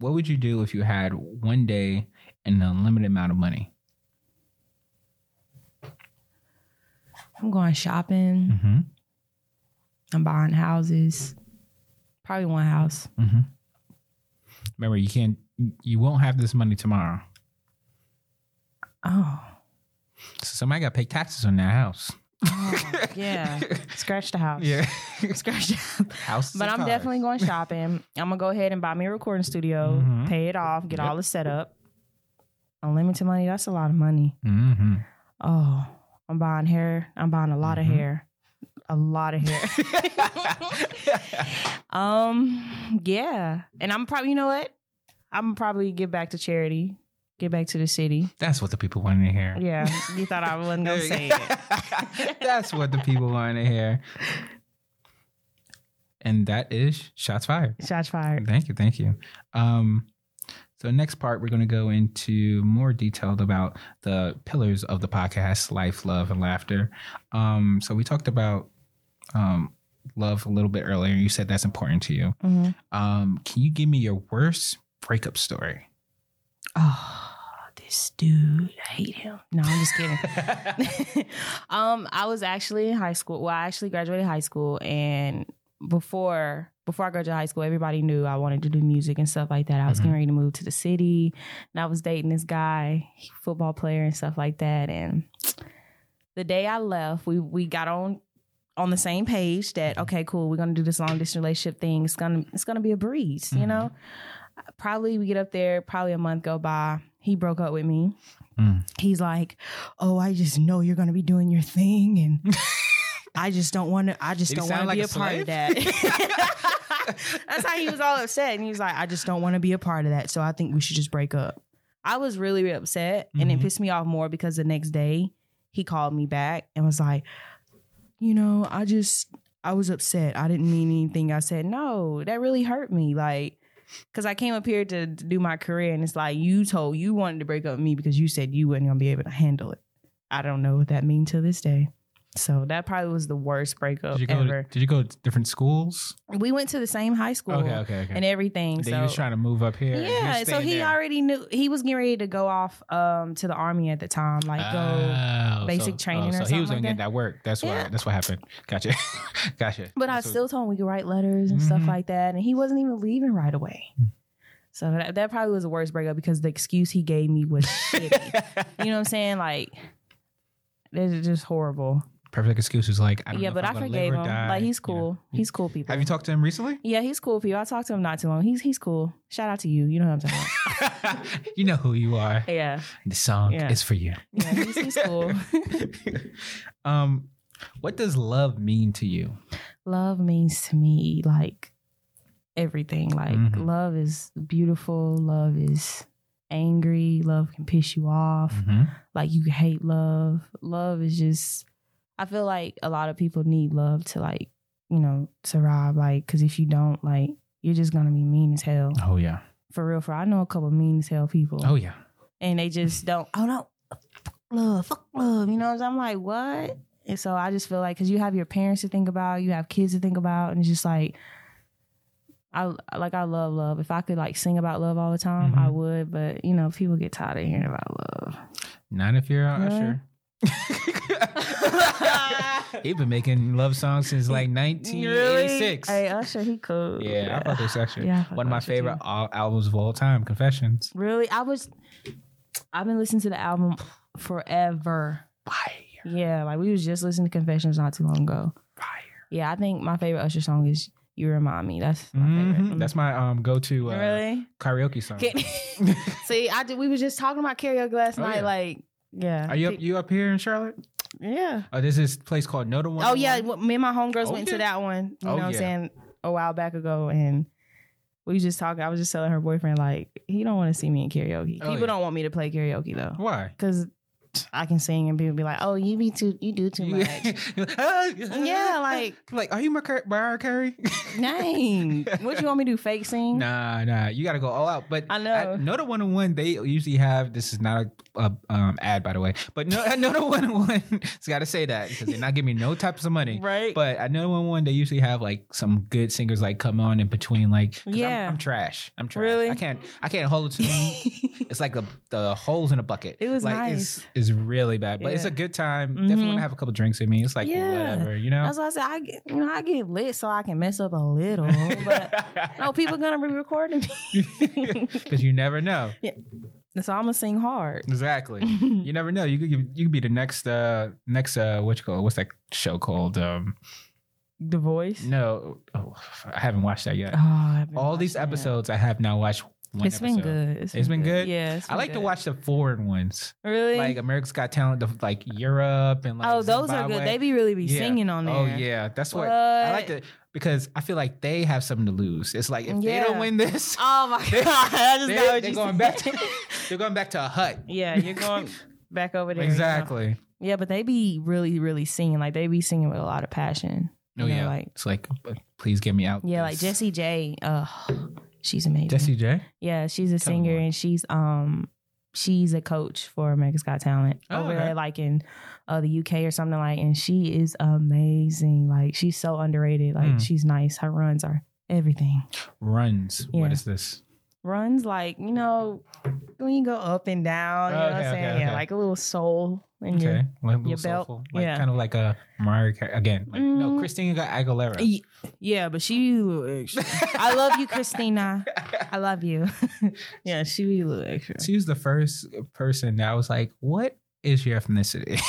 what would you do if you had one day and an unlimited amount of money?
I'm going shopping.
Mm-hmm.
I'm buying houses. Probably one house.
Mm-hmm. Remember, you can't. You won't have this money tomorrow.
Oh,
So somebody got to pay taxes on that house.
Oh,
*laughs*
yeah. Scratch the house.
Yeah.
*laughs* Scratch the house.
house.
But I'm definitely going shopping. I'm gonna go ahead and buy me a recording studio,
Mhm.
pay it off, get
Yep.
all the setup. Unlimited money, that's a lot of money.
Mm-hmm. *laughs*
*laughs* Oh, I'm buying hair. I'm buying a lot
Mhm.
of hair. A lot of hair. um, yeah. And I'm probably you know what? I'm probably give back to charity, get back to the city.
That's what the people wanted to hear.
Yeah. You thought I wasn't gonna say it.
*laughs* That's what the people wanted to hear. And that is shots fired.
Shots fired.
Thank you, thank you. Um, so next part, we're going to go into more detailed about the pillars of the podcast: life, love, and laughter. Um, so we talked about um, love a little bit earlier. You said that's important to you.
Mhm.
Um, can you give me your worst breakup *laughs* story?
Oh, this dude, I hate him. No, I'm just
*laughs*
kidding. *laughs* um, I was actually in high school. Well, I actually graduated high school, and before before I graduated high school, everybody knew I wanted to do music and stuff like that. I was
Mhm.
getting ready to move to the city, and I was dating this guy, he- football player, and stuff like that. And the day I left, we we got on on the same page that okay, cool, we're gonna do this long distance relationship thing. It's gonna it's gonna be a breeze, you
Mhm.
know. Probably we get up there, probably a month go by. He broke up with me he's like, "Oh, I just know you're gonna be doing your
*laughs*
thing, and I just don't want to. I just
Did he
don't want to
sound like a
be a, part of
*laughs*
that." *laughs* That's how he was all upset, and he was like, "I just don't want to be a part of that, so I think we should just break up." I was really, really upset, and it
Mhm.
pissed me off more because the next day he called me back and was like, "You know, I just." I was upset. I didn't mean anything. I said, no, that really hurt me. Like, because I came up here to to do my career, and it's like you told you wanted to break up with me because you said you wasn't gonna be able to handle it. I don't know what that means to this day. So that probably was the worst breakup
Did you go? To,
ever.
did you go to different schools?
we went to the same high school
Okay, okay, okay.
and everything.
then
so
you was trying to move up here. and
yeah,
you're
so
staying
he
there.
already knew he was getting ready to go off um to the army at the time, like go.
Oh,
basic training
so
or
he was
something like
gonna get that work. That's why.
Yeah.
That's what happened. *laughs* Gotcha. gotcha.
But I
So-
still told him we could write letters and stuff
Mhm.
like that, and he wasn't even leaving right away. So that, that probably was the worst breakup because the excuse he gave
*laughs*
me was shitty. You know what I'm saying? Like, this is just horrible.
Perfect excuse was like, I don't
Yeah,
know if
but I
I'm gonna
forgave
live
him.
or die,
Like, he's
you know.
cool. He's cool people.
Have you talked to him
*laughs*
recently?
yeah, he's cool people. I talked to him not too long. He's he's cool. Shout out to you. You know what I'm talking
*laughs*
about.
you know who you are.
yeah.
The song
Yeah.
is for you.
Yeah, he's, he's cool.
*laughs* um, what does love mean to you?
love means to me like everything. Like
Mhm.
love is beautiful. Love is angry. Love can piss you off.
Mm. Mm-hmm.
Like you hate love. Love is just. I feel like a lot of people need love to like you know survive. Like because if you don't, like you're just gonna be mean as hell.
Oh yeah.
For real. For I know a couple mean as hell people
Oh yeah.
and they just don't. Oh no, fuck love, fuck love. You know, what I'm like, what? And so I just feel like because you have your parents to think about, you have kids to think about, and it's just like, I like I love love. If I could like sing about love all the time, I
Mhm.
would. But you know, people get tired of hearing about
*laughs*
love.
Not if you're
Yeah.
Usher.
*laughs*
He's been making love songs since like 1986.
Hey Usher, he cool.
Yeah, I fuck with Usher.
Yeah, I fuck
One of my
with Usher,
favorite
too.
al- albums of all time, Confessions.
Really, I was. I've been listening to the album forever.
Fire,
Yeah, like we was just listening to Confessions not too long ago.
fire.
Yeah, I think my favorite Usher song is "You Remind Me." That's my favorite. Mm-hmm.
That's my um go-to uh,
really.
karaoke song.
Can- *laughs* See, I did, we was just talking about karaoke last
Oh,
night.
yeah.
Like, yeah,
*laughs* Are you up, you up here in Charlotte?
yeah.
Oh, there's this place called No One.
Oh yeah, well, me and my homegirls
Oh,
went
yeah.
to that one.
Oh,
You know what I'm
yeah.
saying? A while back ago, and we was just talking. I was just telling her boyfriend like he don't want to see me in karaoke.
Oh,
People
yeah.
don't want me to play karaoke though,
Why?
because
talent.
I can sing and people be like, "Oh, you be too, you do too much."
*laughs* yeah, *laughs*
yeah, like
like are you Mar- Mariah Carey?
dang, what you want me to do? Fake sing?
Nah, nah. You got to go all out. But
I know.
at Nota 101, they usually have this is not a, a um, ad, by the way, but no, at Nota 101, *laughs* it's got to say that because they're not giving me no types of money.
right?
But at Nota 101, they usually have like some good singers like come on in between. Like, 'cause
Yeah.
I'm, I'm trash. I'm trash.
Really?
I can't, I can't hold a tune.
*laughs*
It's like the the holes in a bucket.
It was
like,
nice.
It's, it's really bad, but it's
Yeah.
a good time.
Mhm.
Definitely want to have a couple drinks with me. It's like
Yeah.
whatever, you know.
That's why I said I get, you know I get lit so I can mess up
*laughs*
a little, "Oh, but no, people gonna be recording me. *laughs*
because you never know.
so I'm gonna sing hard.
Exactly.
*laughs*
You never know. You could give, you could be the next uh next uh what you call what's that show called? Um
the voice.
no, oh, I haven't watched that yet.
Oh, I haven't
All
watched
these
that.
episodes I have not watched one
It's been
episode.
good. It's
It's been good?
Yeah, it's
I
been
like to
good.
watch the foreign ones,
Really?
like America's Got Talent, the, like Europe and like
oh, those are
Zimbabwe.
good. They be really be
Yeah.
singing on there.
Oh yeah, that's what, I like to because I feel like they have something to lose. It's like if they
Yeah.
don't win this,
Oh
*laughs*
my *laughs*
They-
god! I just
they-
got what
they're
you
going
said.
back to- they're going back to a hut.
*laughs* yeah, you're
*laughs*
going back over there. you know.
Exactly. Oh,
Yeah, but they be really, really singing. Like they be singing with a lot of passion.
No,
You know,
Oh, yeah.
like-
it's like, please get me out.
Yeah, like
this.
Jessie J. Uh, she's amazing.
Jessie J.
Yeah, she's a
Tell me
singer
more.
and she's um she's a coach for America's Got Talent
Oh,
over
okay.
there, like in uh, the UK or something like. And she is amazing. Like she's so underrated. Like
Hmm.
she's nice. Her runs are everything.
runs.
Yeah.
What is this?
Runs like you know when you go up and down. You know what I'm
Okay,
saying?
okay,
yeah,
okay.
like a little soul. In
Okay, like a little
your belt.
soulful, like
Yeah.
kind of like a Mariah Carey again. Like, No,
Mm.
Christina Aguilera.
Your, yeah, but she. I love you, Christina. I love you. *laughs* yeah, she be a little extra.
*laughs* She was the first person that I was like, "What is your ethnicity?"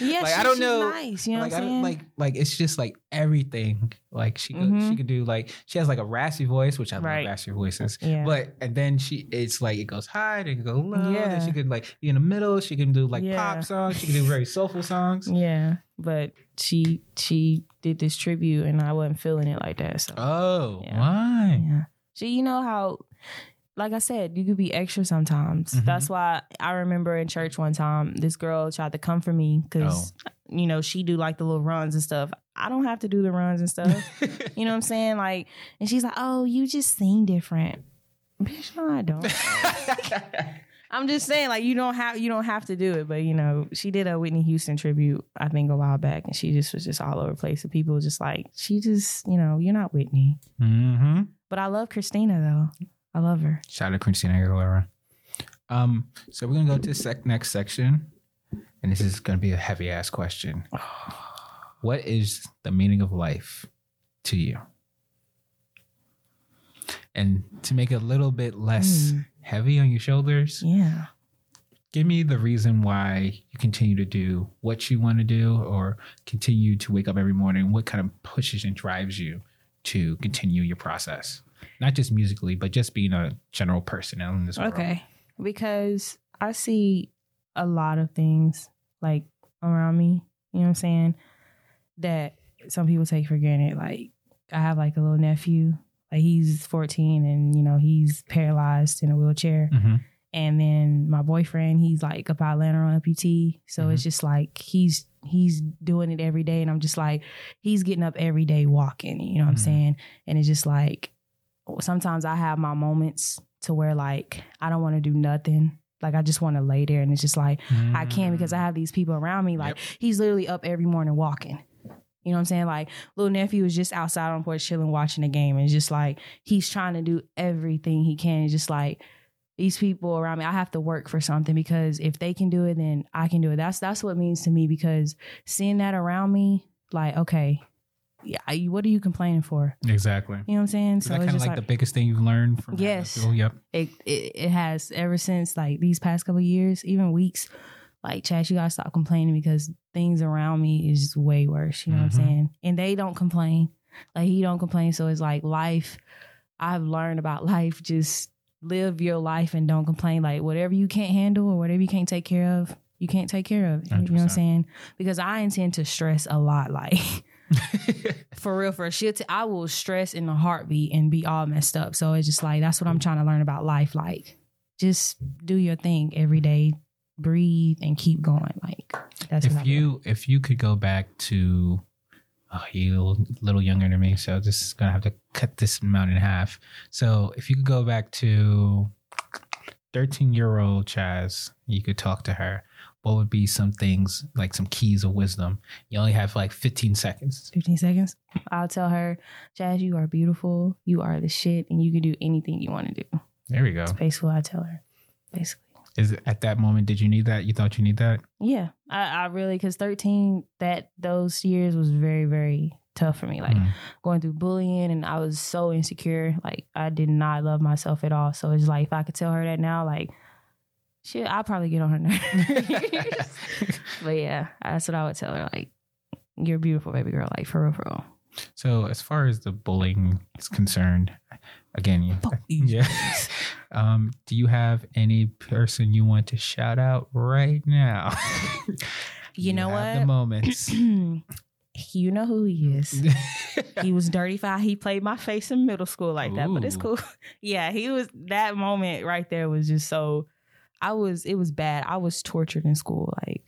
Yeah,
Like,
she,
I don't
she's
know- *laughs*
Nice, you know
like,
what I'm
I don't,
saying?
like, like it's just like everything. Like she, could, she
Mhm.
could do like she has like a raspy voice, which I
Right.
love raspy voices.
yeah.
But and then she, it's like it goes high, then it goes low.
Yeah.
Then she could like be in the middle. She can do like
Yeah.
pop songs. She can do very soulful songs.
Yeah, but she she did this tribute, and I wasn't feeling it like that. So
Oh,
Yeah.
why?
yeah, she you know how, like I said, you could be extra sometimes.
Mhm.
That's why I remember in church one time, this girl tried to come for me because
Oh.
you know she do like the little runs and stuff. I don't have to do the runs and stuff.
*laughs*
you know what I'm saying? Like, and she's like, "Oh, you just sing different." Bitch, no, I don't. I'm just saying, like you don't have you don't have to do it, but you know she did a Whitney Houston tribute I think a while back, and she just was just all over the place. And people were just like she just you know you're not Whitney,
*laughs* mm-hmm.
but I love Christina though. I love her.
Shout out to Christina Aguilera. Um, so we're gonna go to the sec- next section, and this is gonna be a heavy ass question. What is the meaning of life to you? And to make it a little bit less
Mm.
heavy on your shoulders,
Yeah.
give me the reason why you continue to do what you want to do or continue to wake up every morning what kind of pushes and drives you to continue your process not just musically but just being a general person out in this world
Okay. Because I see a lot of things like around me, you know what I'm saying, that some people take for granted. Like I have like a little nephew, like he's 14 and you know he's paralyzed in a wheelchair.
Mhm.
and then my boyfriend he's like a bilateral amputee so it's just like he's he's doing it every day and i'm just like he's getting up every day walking you know what i'm
Mhm.
saying and it's just like sometimes i have my moments to where like i don't want to do nothing like i just want to lay there and it's just like I can because
Mm. Mm-hmm.
I have these people around me. Like he's literally up every morning walking. You know what I'm saying? Like little nephew was just outside on the porch chilling, watching the game, and it's just like he's trying to do everything he can. It's just like these people around me. I have to work for something because if they can do it, then I can do it. That's that's what it means to me because seeing that around me, like okay, yeah, I- what are you complaining for?
exactly
You know what I'm saying?
is that kind of like, the biggest thing you've learned from having
Yes.
to go- yep *laughs*
it, it it has ever since like these past couple of years, even weeks. Like Chad, you gotta stop complaining because things around me is just way worse. You know
Mhm.
what I'm saying? And they don't complain. Like he don't complain. So it's like life. I've learned about life. Just live your life and don't complain. Like whatever you can't handle or whatever you can't take care of, you can't take care of. You know what I'm
100%.
saying? Because I intend to stress a lot. Like for real, for real. She'll t- I will stress in a heartbeat and be all messed up. So it's just like that's what I'm trying to learn about life. Like, just do your thing every day. breathe and keep going. Like that's what I
if
do.
you if you could go back to oh, you a little- little younger than me, so this is gonna have to cut this amount in half. So if you could go back to thirteen year old Chaz, you could talk to her. What would be some things like some keys of wisdom? You only have like fifteen seconds.
15 seconds. I'll tell her, Jazz, you are beautiful. You are the shit, and you can do anything you want to do.
There we go.
It's basically what I tell her. Basically.
Is it, at that moment did you need that? You thought you need
*laughs*
that? *laughs*
Yeah. I, I really cause 13, that those years was very, very tough for me. Like
Mm.
going through bullying and I was so insecure. Like I did not love myself at all. So it's like if I could tell her that now, like shit, I'll probably get on her *laughs* nerves.
*laughs*
but yeah, that's what I would tell her. Like, you're beautiful, baby girl. Like for real, for real.
So as far as the bullying is concerned, again, you,
Fuck you. *laughs*
yeah. um, do you have any person you want to shout out right now?
You know
have
what?
The
*coughs*
moments. *laughs*
*clears throat* you know who he is.
Mm-hmm.
he was dirty five. He played my face in middle school like that, but it's
Ooh.
cool. *laughs* yeah, he was that moment right there was just so I was it was bad. I was tortured in school. Like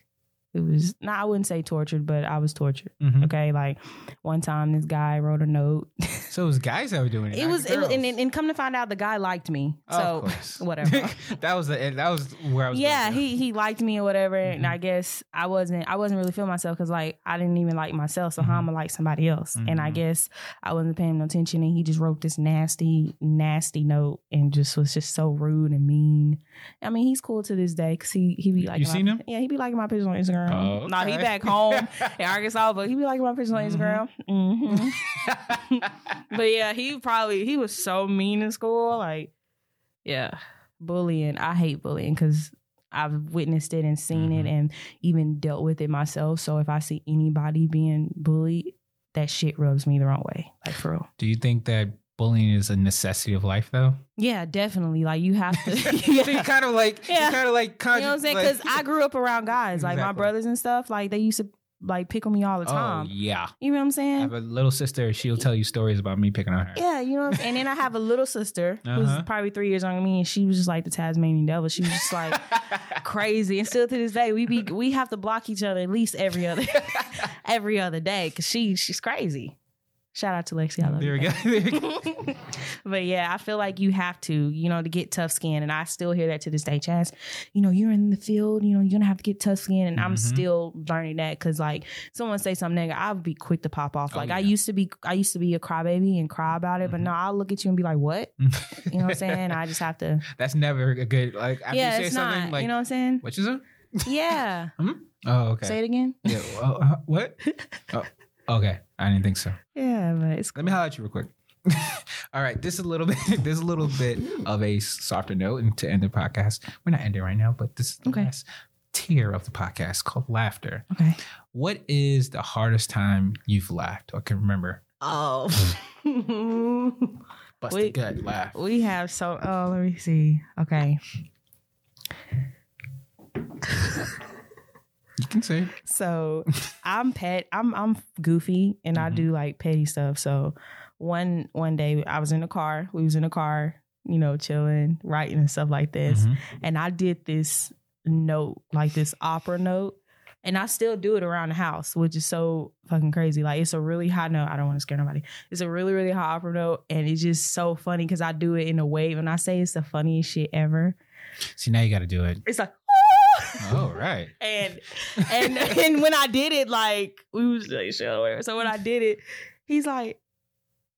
it was no, I wouldn't say tortured, but I was tortured.
Mhm.
Okay. Like one time this guy wrote a note.
So it was guys that were doing it.
it
not
was it was
girls.
and, and, and come to find out the guy liked me.
Of
So
course.
*laughs* whatever.
*laughs* that was the, that was where I was.
yeah,
going.
he he liked me or whatever, and
Mhm.
I guess I wasn't I wasn't really feeling myself because like I didn't even like myself, so
Mm-hmm.
how am I like somebody else? And I
Mhm.
guess I wasn't paying no attention, and he just wrote this nasty nasty note and just was just so rude and mean. I mean, he's cool to this day because he he be like
You seen him?
Yeah, he be liking my pictures on Instagram.
Oh,
Nah, he
okay.
back home *laughs* in Arkansas, but he be liking my pictures on
Mhm.
Instagram. hmm but yeah, he probably he was so mean in school. Like, yeah, bullying. I hate bullying because I've witnessed it and seen
Mhm.
it and even dealt with it myself. So if I see anybody being bullied, that shit rubs me the wrong way. Like for real.
*laughs* Do you think that bullying is a necessity of life, though? *laughs*
Yeah, definitely. Like *laughs* you have to.
so
*laughs* yeah.
you kind of like,
Yeah.
you kind of like,
You know what I'm saying? Because I grew up around guys, like my
Exactly.
brothers and stuff. Like they used to like pick on me all the
Oh
time.
yeah.
You know what I'm
I
saying?
have a little sister. She'll tell you stories about me picking on her.
Yeah, you know, what I'm saying? and then I have a little sister
Uh-huh.
who's probably three years younger than me, and she was just like the Tasmanian devil. She was just like crazy, and still to this day, we be we have to block each other at least every other *laughs*
*laughs*
every other day because she she's crazy. Shout out to Lexi, I love
there we
you.
go. *laughs* There we go.
go. *laughs* but yeah, I feel like you have to, you know, to get tough skin, and I still hear that to this day, Chaz. You know, you're in the field, you know, you're gonna have to get tough skin, and I'm
Mhm.
still learning that because like someone say something negative, I'll be quick to pop off.
Oh,
Like I
yeah.
used to be, I used to be a crybaby and cry about it, but
Mhm.
now I'll look at you and be like, what? You know
*laughs*
what I'm saying? I just have to.
That's never a good like. After
yeah,
you say
it's
something
not.
like,
you know what
*laughs*
I'm saying?
what you say?
Yeah.
Oh, okay.
Say it again.
yeah. well, uh,
*laughs*
what? Oh, okay. I didn't think so.
Yeah, but it's
Let me holler at you real quick. *laughs* All right, this is a little *laughs* bit. This is a little bit of a softer note and to end the podcast. We're not ending right now, but this is the
Okay.
last tier of the podcast called laughter.
okay.
What is the hardest time you've laughed or can remember?
*laughs* Oh.
Bust
Wait.
a gut laugh.
we have so oh, let me see. Okay.
You can say.
*laughs* So I'm pet. I'm I'm goofy and I
Mhm.
do like petty stuff. So one one day I was in the car. We was in the car, you know, chilling, writing and stuff like this.
Mhm.
And I did this note, like this opera note. And I still do it around the house, which is so fucking crazy. Like it's a really high note. I don't want to scare nobody. It's a really, really high opera note. And it's just so funny because I do it in a wave. And I say it's the funniest shit ever.
See, now you got to do it.
It's like, "Ah!"
All right.
and and *laughs* and when I did it, like we was like show whatever. So when I did it, he's like,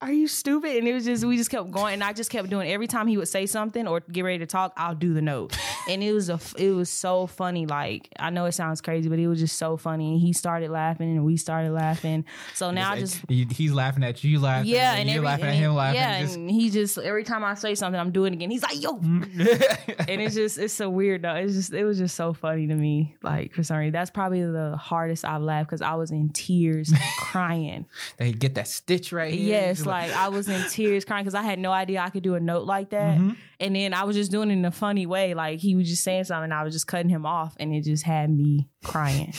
"Are you stupid?" And it was just we just kept going, and I just kept doing. it. Every time he would say something or get ready to talk, I'll do the note, and it was a f- it was so funny. Like I know it sounds crazy, but it was just so funny. And he started laughing, and we started laughing. So now I
It's-
just.
he- he's laughing at you, laughing.
Yeah,
and
and
you're
every,
laughing
and
at him,
he-
laughing.
Yeah,
and just-
and he just every time I say something, I'm doing it again. He's like,
*laughs*
"Yo, and it's just it's so weird though. It's just it was just so funny to me. Like for some reason, that's probably the hardest I've laughed because I was in *laughs* tears crying.
they get that stitch right here.
yes,
Just *laughs*
like I was in tears crying because I had no idea I could do a note like that.
Mhm.
And then I was just doing it in a funny way. Like he was just saying something, and I was just cutting him off, and it just had me *laughs* crying.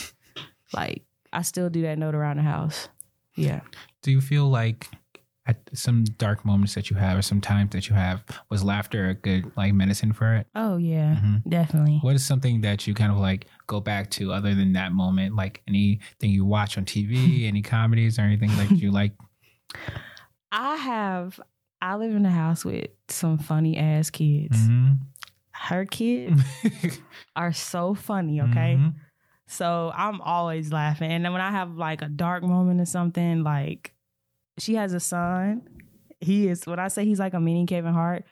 like I still do that note around the house. Yeah.
Do you feel like at some dark moments that you have or some times that you have was laughter a good like medicine for it
Oh yeah,
Mhm.
definitely.
what is something that you kind of like go back to other than that moment like anything you watch on
*laughs*
tv any comedies or anything like you like
I have. I live in a house with some funny ass kids. *laughs*
Mhm.
Her kids are so funny. Okay.
Mhm.
So I'm always laughing. And then when I have like a dark moment or something, like she has a son. He is when I say he's like a mini Kevin Hart,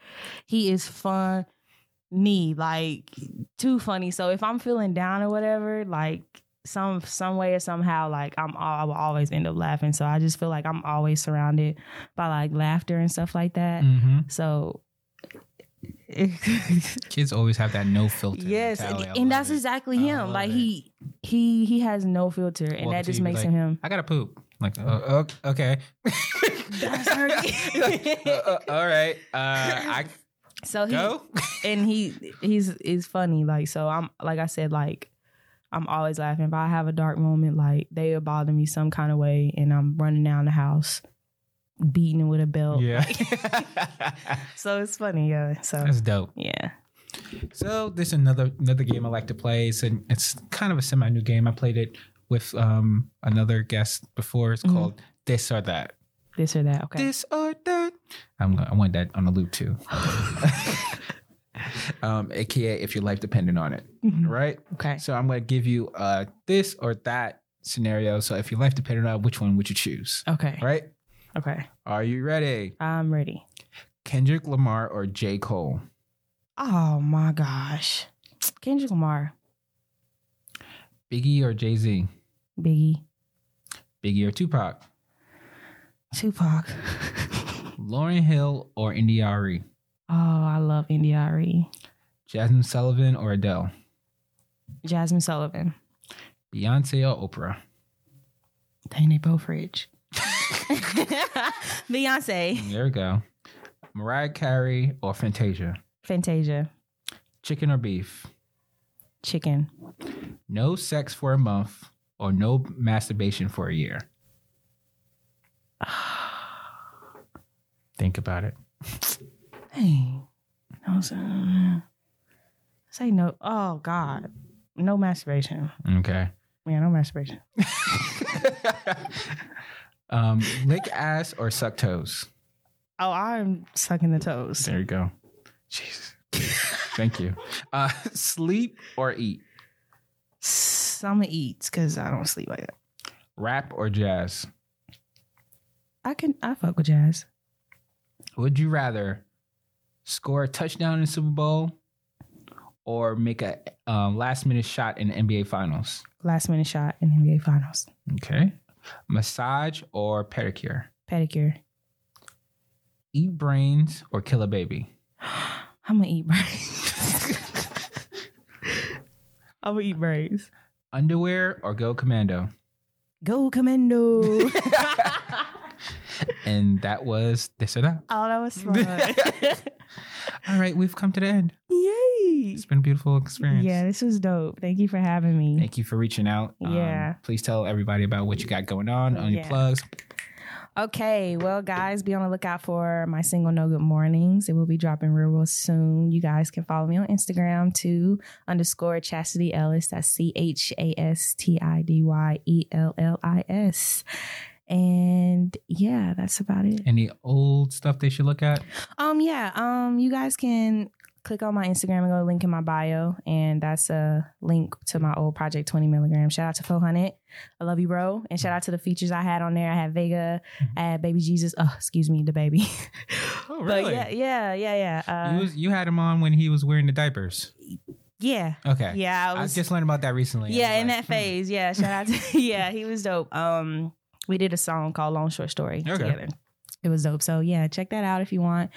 he is funny, like too funny. So if I'm feeling down or whatever, like some some way or somehow, like I'm al- I will always end up laughing. So I just feel like I'm always surrounded by like laughter and stuff like that.
Mhm.
So *laughs*
kids always have that no filter
Yes, and,
mentality. I love
and that's
it.
exactly
I
him.
love
Like
it.
he he he has no filter, and
Walk up
that
to
just
you, be
makes
like,
him
I gotta poop. Like, uh, o- okay.
That's her-
Like, *laughs* uh, uh, all right. Uh,
*laughs*
I
him. So he
go.
*laughs* and he he's is funny. Like so, I'm like I said, like I'm always laughing. If I have a dark moment, like they bother me some kind of way, and I'm running down the house, beating it with a belt.
*laughs* Yeah.
So it's funny, yeah. So
That's dope.
yeah,
So there's another another game I like to play. It's an, it's kind of a semi new game. I played it with um another guest before. It's
Mhm.
called This or That.
this or that. Okay.
This or That. I'm gonna, I want that on the loop
*laughs*
too. *laughs* um, AKA if your life depended on it,
Mhm.
right?
okay.
So I'm going to give you uh this or that scenario. So if your life depended on it, which one would you choose?
Okay.
Right?
Okay.
Are you ready?
I'm ready.
Kendrick Lamar or J. Cole?
Oh my gosh, Kendrick Lamar,
Biggie or Jay Z?
Biggie,
Biggie or Tupac?
Tupac. *laughs*
Lauren Hill or Indiari?
Oh, I love NDRE.
E? Jasmine Sullivan or Adele?
Jasmine Sullivan.
Beyonce or Oprah?
Dang, they both rich. *laughs* Beyonce.
There we go. Mariah Carey or Fantasia?
Fantasia.
Chicken or beef?
Chicken.
No sex for a month or no masturbation for a year? Think about it.
*sighs* Dang. No, so- say no. Oh, God. No masturbation.
Okay.
Yeah, no masturbation.
*laughs* um, lick ass or suck toes?
Oh, I'm sucking the toes.
There you go. Jesus. Thank you. Uh, sleep or eat?
S- I'm going to eat because I don't sleep like that.
Rap or jazz?
I can, I fuck with jazz.
Would you rather score a touchdown in the Super Bowl or make a um, last minute shot in the NBA Finals?
Last minute shot in NBA Finals.
Okay. Massage or pedicure?
Pedicure. *gasps*
Eat brains or kill a baby? *laughs*
I'm going to eat *laughs* braids. I'm going to eat braids.
Underwear or go commando?
Go Commando. *laughs* oh,
*laughs* And that was this or
*laughs*
that.
that was fun.
All right, we've come to the end.
Yay.
It's been a beautiful experience.
Yeah, this was dope. Thank you for having me.
Thank you for reaching out. Um,
Yeah.
Please tell everybody about what you got going on, on your
Yeah.
plugs.
Okay, well, guys, be on the lookout for my single No Good Mornings. It will be dropping real, real soon. You guys can follow me on Instagram too, underscore Chastity Ellis. That's C H A S T I D Y E L L I S. And yeah, that's about it.
Any old stuff they should look at?
Um, yeah. Um, you guys can click on my Instagram and go to link in my bio, and that's a link to my old project, Twenty Milligram. Shout out to Four Hundred. I love you, bro. And shout out to the features I had on there. I had Vega,
Mm-hmm.
I had Baby Jesus. Oh, excuse me, the baby. *laughs*
Oh,
But yeah, yeah, yeah, yeah.
you,
Uh,
was, you had him on when he was wearing the diapers.
yeah,
Okay.
yeah. I
I,
was
just learned about that recently. I
yeah
was
in
like,
that
hmm.
phase. Yeah, shout out to *laughs* yeah, he was dope. Um, we did a song called Long Short Story
Okay.
together. It was dope. So yeah, check that out if you want.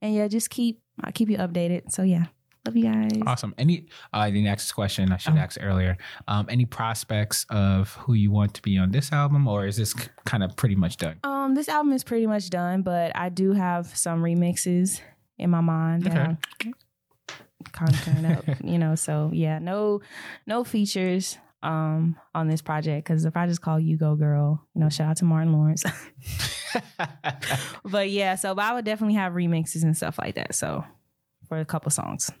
And yeah, just keep I'll keep you updated. So yeah, love you guys.
Awesome. Any, uh, I didn't ask this question. I should
Oh.
ask earlier. Um, any prospects of who you want to be on this album, or is this kind of pretty much done?
Um, this album is pretty much done, but I do have some remixes in my mind that
Okay.
I'm
*laughs*
conjuring up. You know, so yeah, no, no features um on this project because the project's called You Go Girl. You know, shout out to Martin Lawrence. *laughs* but yeah, so but I would definitely have remixes and stuff like that. So for a
*laughs*
couple songs. *laughs*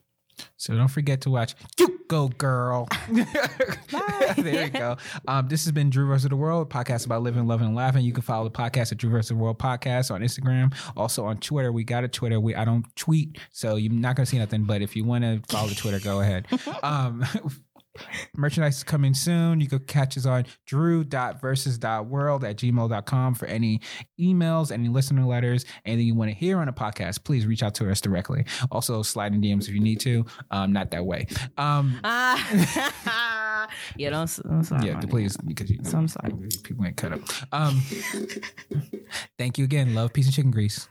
So don't forget to watch You Go Girl. *laughs*
Bye.
there you go. Um, this has been Drew versus the World podcast about living, loving, and laughing. You can follow the podcast at Drew versus the World podcast on Instagram, also on Twitter. We got a Twitter. We I don't tweet, so you're not gonna see nothing. But if you want to follow the Twitter, go ahead. Um, merchandise is coming soon. You can catch us on drew.versus.world at gmail.com for any emails, any listener letters, anything you want to hear on a podcast. Please reach out to us directly. Also, slide in DMs if you need to. Um, not that way. Um,
Ah, yeah, don't. s- I'm sorry,
yeah,
Ronnie.
please, because you,
So I'm Oh, sorry.
people ain't cut up. Um, thank you again. Love, peace, and chicken grease.